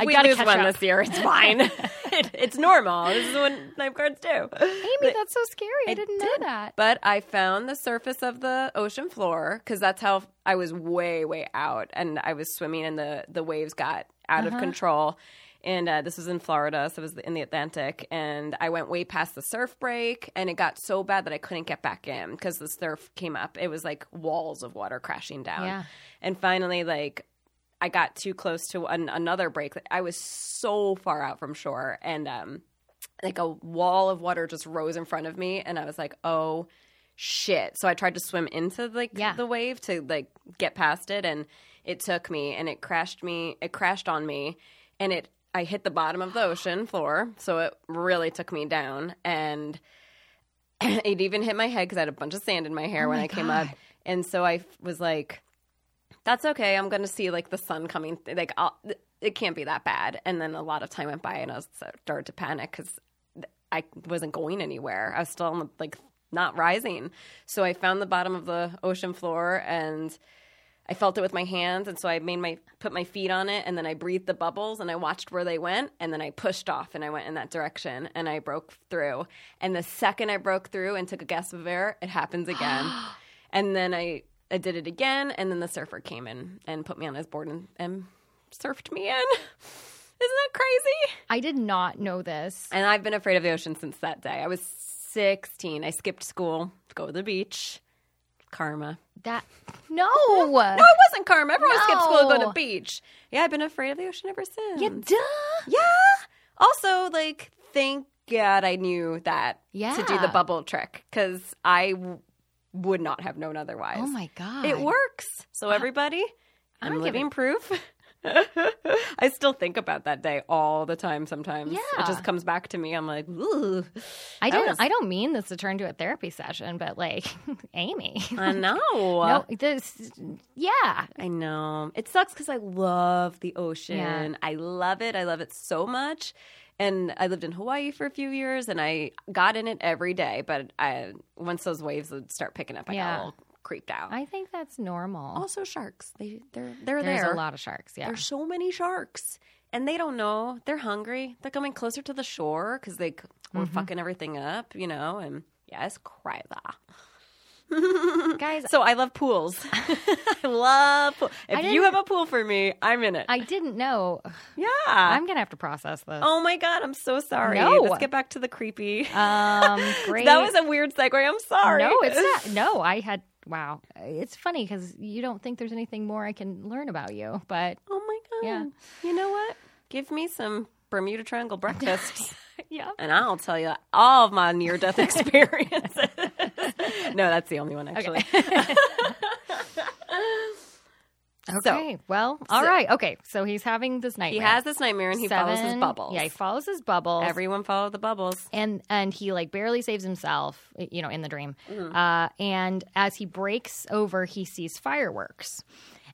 *laughs* I we gotta lose catch one up. this year, *laughs* it's fine. *laughs* It- it's normal. This is what lifeguards do. Amy, that's so scary. I, didn't know that. But I found the surface of the ocean floor because that's how I was way, way out, and I was swimming, and the the waves got out Uh-huh. of control. And uh, this was in Florida, so it was in the Atlantic. And I went way past the surf break, and it got so bad that I couldn't get back in because the surf came up. It was like walls of water crashing down. Yeah. And finally, like I got too close to an, another break. I was so far out from shore, and um, like a wall of water just rose in front of me, and I was like, "Oh shit!" So I tried to swim into like Yeah. the wave to like get past it, and it took me, and it crashed me. It crashed on me, and it. I hit the bottom of the ocean floor, so it really took me down, and *clears throat* it even hit my head because I had a bunch of sand in my hair when Oh my I came God. up, and so I f- was like that's okay. I'm going to see like the sun coming. Th- like I'll, th- it can't be that bad. And then a lot of time went by, and I was uh, started to panic because I wasn't going anywhere. I was still on the, like not rising. So I found the bottom of the ocean floor and. I felt it with my hands, and so I made my put my feet on it, and then I breathed the bubbles, and I watched where they went, and then I pushed off, and I went in that direction, and I broke through. And the second I broke through and took a gasp of air, it happens again. and then I I did it again, and then the surfer came in and put me on his board and, and surfed me in. *laughs* Isn't that crazy? I did not know this. And I've been afraid of the ocean since that day. I was 16. I skipped school to go to the beach. Karma. That no, No, it wasn't karma. Everyone skipped school to go to No. the beach. Yeah, I've been afraid of the ocean ever since. yeah, duh. Yeah. Also, like, thank God I knew that to do the Yeah. bubble trick because I w- would not have known otherwise. Oh my god, It works. So everybody, I'm I'm, gonna give living proof. *laughs* I still think about that day all the time. Sometimes Yeah. it just comes back to me. I'm like, ooh, I that don't. was- I don't mean this to turn to a therapy session, but like, *laughs* Amy, I know. *laughs* no, this, yeah, I know. It sucks because I love the ocean. I love it. I love it so much. And I lived in Hawaii for a few years, and I got in it every day. But I once those waves would start picking up, I Yeah. got a little creeped out. I think that's normal. also, sharks. They they're they're There's there. a lot of sharks. Yeah, There's so many sharks, and they don't know. They're hungry. They're coming closer to the shore because they c- we're Mm-hmm. fucking everything up, you know. And yes, cry that. guys. So I love pools. *laughs* I love. Pool. If you didn't- have a pool for me, I'm in it. I didn't know. yeah. I'm gonna have to process this. oh my god, I'm so sorry. No. Let's get back to the creepy. Um, great. *laughs* that was a weird segue. I'm sorry. no. It's not. No, I had. Wow, it's funny because you don't think there's anything more I can learn about you, but *laughs* Oh my god. Yeah. You know what? Give me some Bermuda Triangle breakfasts. yeah. and I'll tell you all of my near death experiences. *laughs* no, that's the only one actually. Okay. well, all right. Okay. So he's having this nightmare. He has this nightmare and he follows his Seven- bubbles. Yeah, he follows his bubbles. Everyone follow the bubbles. and and he like barely saves himself you know in the dream Mm-hmm. uh, and as he breaks over he sees fireworks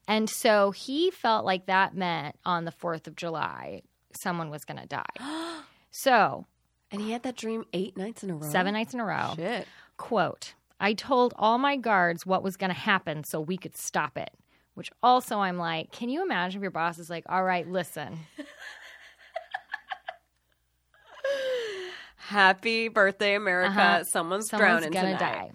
and so he felt like that meant on the 4th of july someone was going to die *gasps* so And he had that dream eight nights in a row. seven nights in a row Shit. quote i told all my guards what was going to happen so we could stop it which also i'm like can you imagine if your boss is like all right listen Happy birthday, America. someone's Someone's, drowning going to tonight. die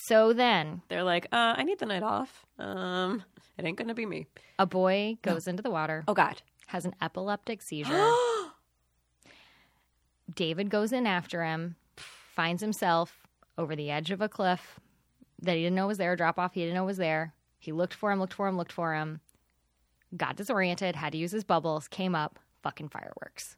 so then They're like, uh, I need the night off. Um, it ain't gonna be me. a boy goes into the water Oh God. has an epileptic seizure. David goes in after him, finds himself over the edge of a cliff that he didn't know was there, a drop off he didn't know was there. He looked for him, looked for him, looked for him, got disoriented, had to use his bubbles, came up, fucking fireworks.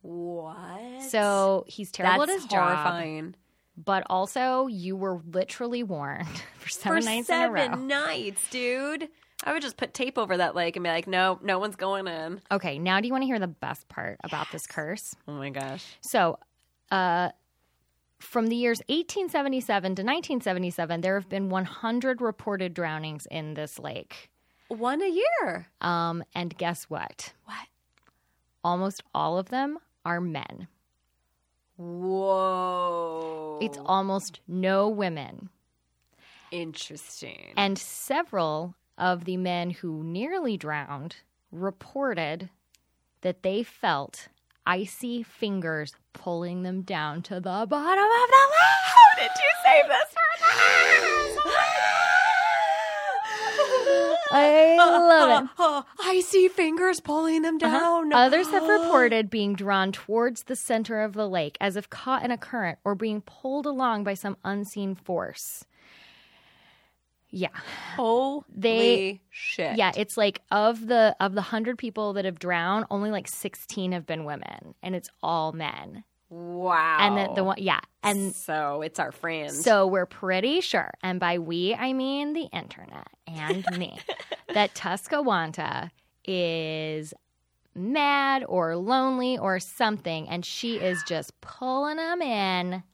What? So he's terrible That's at his job, horrifying. but also you were literally warned *laughs* for seven For nights in a row. seven nights, dude. I would just put tape over that lake and be like, no, no one's going in. Okay, now do you want to hear the best part about this curse? Oh my gosh. So, uh, from the years 1877 to 1977, there have been 100 reported drownings in this lake. One a year. Um, and guess what? What? Almost all of them are men. Whoa. It's almost no women. interesting. And several of the men who nearly drowned reported that they felt icy fingers pulling them down to the bottom of the lake. *laughs* How did you save this for us? I *laughs* love it. Uh-huh. Oh, *laughs* I see fingers pulling them down. Others *gasps* have reported being drawn towards the center of the lake as if caught in a current or being pulled along by some unseen force. Yeah. Holy They- shit. Yeah, it's like of the of the 100 people that have drowned, only like 16 have been women and it's all men. Wow. And then the one yeah, and so it's our friend. so we're pretty sure, and by we I mean the internet *laughs* and me, that Tuscawanta is mad or lonely or something, and she is just pulling them in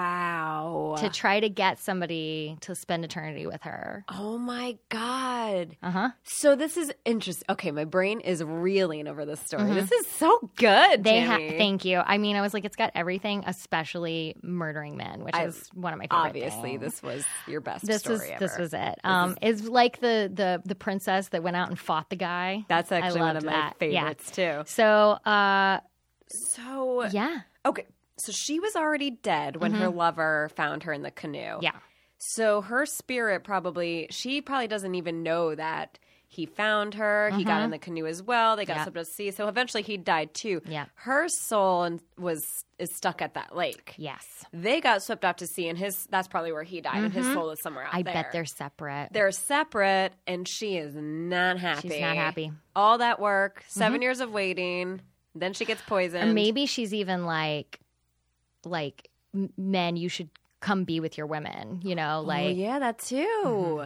wow. to try to get somebody to spend eternity with her. oh my god. Uh huh. So this is interesting. Okay, my brain is reeling over this story. This is so good. Mm-hmm. They ha- Tammy. thank you. I mean, I was like, it's got everything, especially murdering men, which I- is one of my favorite. Obviously, things. this was your best this story is ever. this was it. Um, it's like the the the princess that went out and fought the guy. That's I actually one of loved my that. Yeah. favorites too. So, uh, So yeah, okay, so she was already dead Mm-hmm. when her lover found her in the canoe. yeah, So her spirit probably she probably doesn't even know that he found her. He got in the canoe as well. They got Mm-hmm. Yeah. swept up to sea. So eventually he died too. Yeah. Her soul and- was is stuck at that lake. yes. They got swept off to sea and his that's probably where he died and his soul is somewhere out Mm-hmm. I there. bet they're separate. they're separate and she is not happy. She's not happy. Mm-hmm. All that work, 7 years of waiting, then she gets poisoned. Or maybe she's even like, like m- men, you should come be with your women. You know, like mm-hmm. oh, yeah, that too.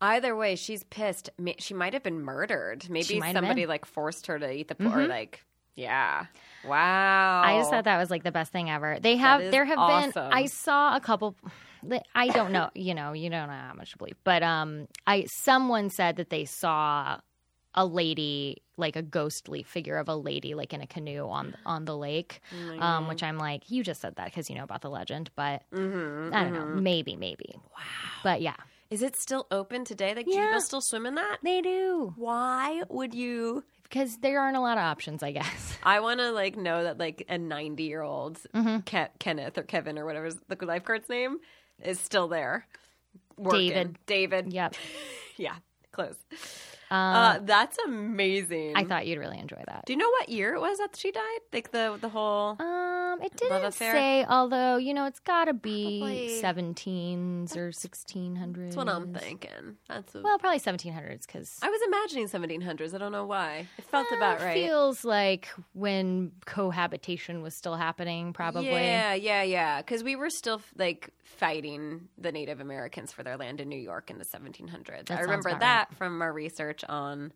Either way, she's pissed. Ma- She might have been murdered. Maybe might have been. somebody Mm-hmm. like forced her to eat the or like yeah. Wow. I just thought that was like the best thing ever. They have is there have been awesome. I saw a couple I don't know, you know, you don't know how much to believe. But um I someone said that they saw a lady like a ghostly figure of a lady like in a canoe on on the lake. Mm-hmm. Um which I'm like, you just said that cuz you know about the legend, but I don't know, maybe maybe. Wow. But yeah, Mm-hmm. Is it still open today? Like, do Yeah. people still swim in that? they do Why would you? because there aren't a lot of options, I guess. *laughs* I want to like know that like a ninety-year-old Mm-hmm. Ke- Kenneth or Kevin or whatever's the lifeguard's name is still there. Working. David. David. yep. Yeah. Close. Um, Uh, that's amazing. I thought you'd really enjoy that. Do you know what year it was that she died? Like the the whole. Um, it didn't affair? say. Although you know, it's got to be Probably- seventeens or sixteen hundreds. That's what I'm thinking. That's what Well, probably seventeen hundreds because I was imagining 1700s. I don't know why. It felt about right. Feels like when cohabitation was still happening. Probably. Yeah, yeah, yeah. Because we were still f- like fighting the Native Americans for their land in New York in the 1700s. I sounds remember about that from our research on,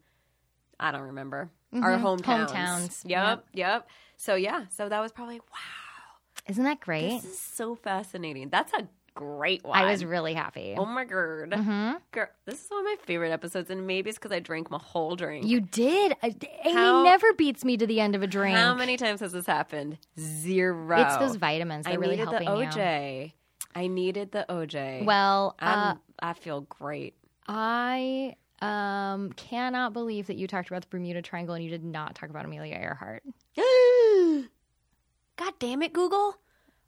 I don't remember our hometowns. Mm-hmm. Hometowns. Yep, yep. So yeah, so that was probably wow. Isn't that great? This is so fascinating. That's a great one. I was really happy. Oh my god, Mhm. girl, this is one of my favorite episodes, and maybe it's because I drank my whole drink. You did. Uh, I- Amy How- never beats me to the end of a drink. How many times has this happened? Zero. It's those vitamins. They're I really needed helping the you. OJ. I needed the OJ. Well, uh, I'm, I feel *gasps* great. I um, cannot believe that you talked about the Bermuda Triangle and you did not talk about Amelia Earhart. God damn it, Google.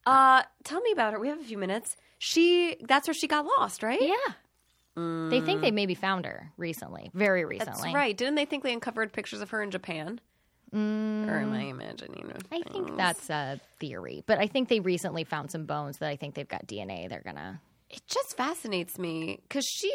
Uh, tell me about her. We have a few minutes. She that's where she got lost, right? Yeah. They think they maybe found her recently, very recently. That's right. Didn't they think they uncovered pictures of her in Japan? Or am I imagining? it? Mm. I think that's a theory, but I think they recently found some bones that I think they've got DNA. They're gonna. it just fascinates me because she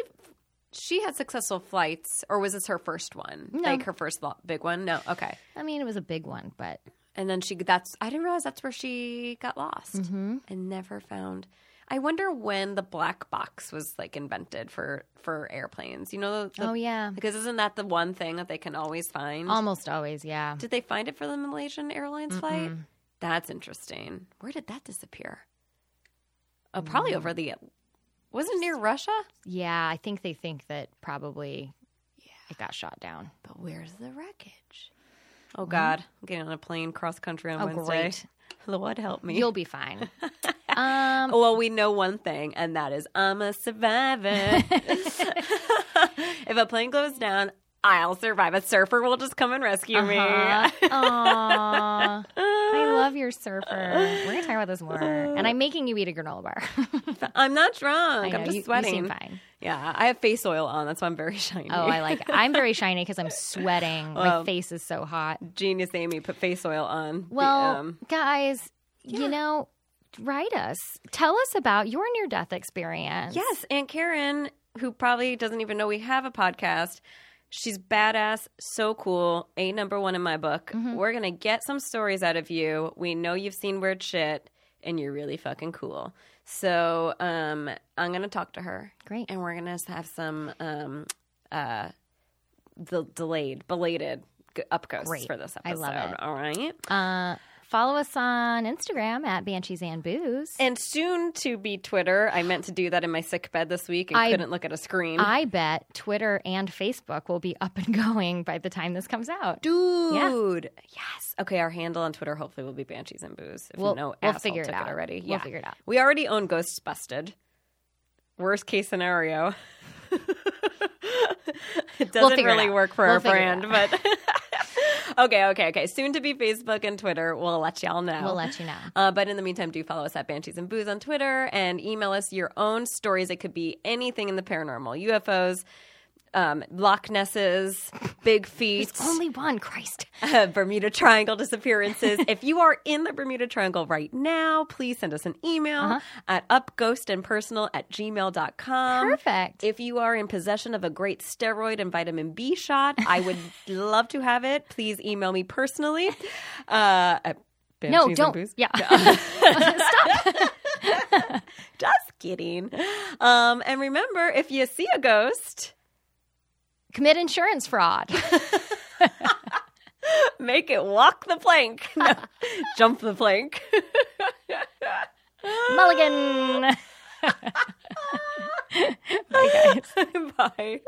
she had successful flights, or was this her first one? No. Like her first lo- big one? No. Okay. I mean, it was a big one, but And then she that's I didn't realize that's where she got lost Mm-hmm. and never found. I wonder when the black box was like invented for for airplanes. You know, the, oh yeah, Um, because isn't that the one thing that they can always find? almost always, yeah. Did they find it for the Malaysian Airlines flight? That's interesting. Where did that disappear? Oh, probably over Mm. the. Was it near Russia? Yeah, I think they think that probably it got shot down. But where's the wreckage? Oh God, I'm getting on a plane cross country on Oh, Wednesday. great. *laughs* Lord help me. You'll be fine. um, *laughs* well, we know one thing, and that is I'm a survivor. *laughs* if a plane goes down, I'll survive. A surfer will just come and rescue *laughs* uh-huh. me. *laughs* Aw. I love your surfer. We're gonna talk about this more. And I'm making you eat a granola bar. I'm not drunk. I know, I'm just you, you sweating. seem fine. Yeah, I have face oil on. That's why I'm very *laughs* shiny. Oh, I like. I'm very shiny because I'm sweating. My Well, face is so hot. genius Amy put face oil on. the, Well, um, guys, you know, write us. Tell us about your near death experience. yes, Aunt Karen, who probably doesn't even know we have a podcast. She's badass, so cool, a number one in my book. Mm-hmm. We're gonna get some stories out of you. We know you've seen weird shit, and you're really fucking cool. So um, I'm gonna talk to her, Great. and we're gonna have some um, uh, the delayed, belated g- up ghosts Great. for this I episode. love it. All right. Uh, follow us on Instagram at Banshees and Booze. And soon to be Twitter. I meant to do that in my sick bed this week and I- couldn't look at a screen. I bet Twitter and Facebook will be up and *laughs* going by the time this comes out. Dude. Yes. Okay, our handle on Twitter hopefully will be Banshees and Booze. If We'll- no we'll asshole figure it took out. already. We'll yeah. figure it out. We already own Ghosts Busted. Worst case scenario. *laughs* it doesn't figure it really out. work for We'll our figure it brand, but *laughs* Okay, okay, okay. Soon to be Facebook and Twitter. We'll let y'all know. We'll let *gasps* you know. *laughs* Uh, but in the meantime, do follow us at Banshees and Booze on Twitter and email us your own stories. It could be anything in the paranormal UFOs, um, Loch Nesses, big feet, It's only one, Christ. uh, *laughs* Bermuda Triangle disappearances. if you are in the Bermuda Triangle right now, please send us an email Uh-huh. at upghostandpersonal at *laughs* gmail.com. Perfect. If you are in possession of a great steroid and vitamin B shot, *laughs* I would love to have it. Please email me personally. Uh, at no, Banshees and don't. Booze. Yeah. *laughs* Just kidding. Um, and remember, if you see a ghost, Commit insurance *laughs* fraud. make it walk the plank. *laughs* *laughs* No, jump the plank. Mulligan. *laughs* Bye.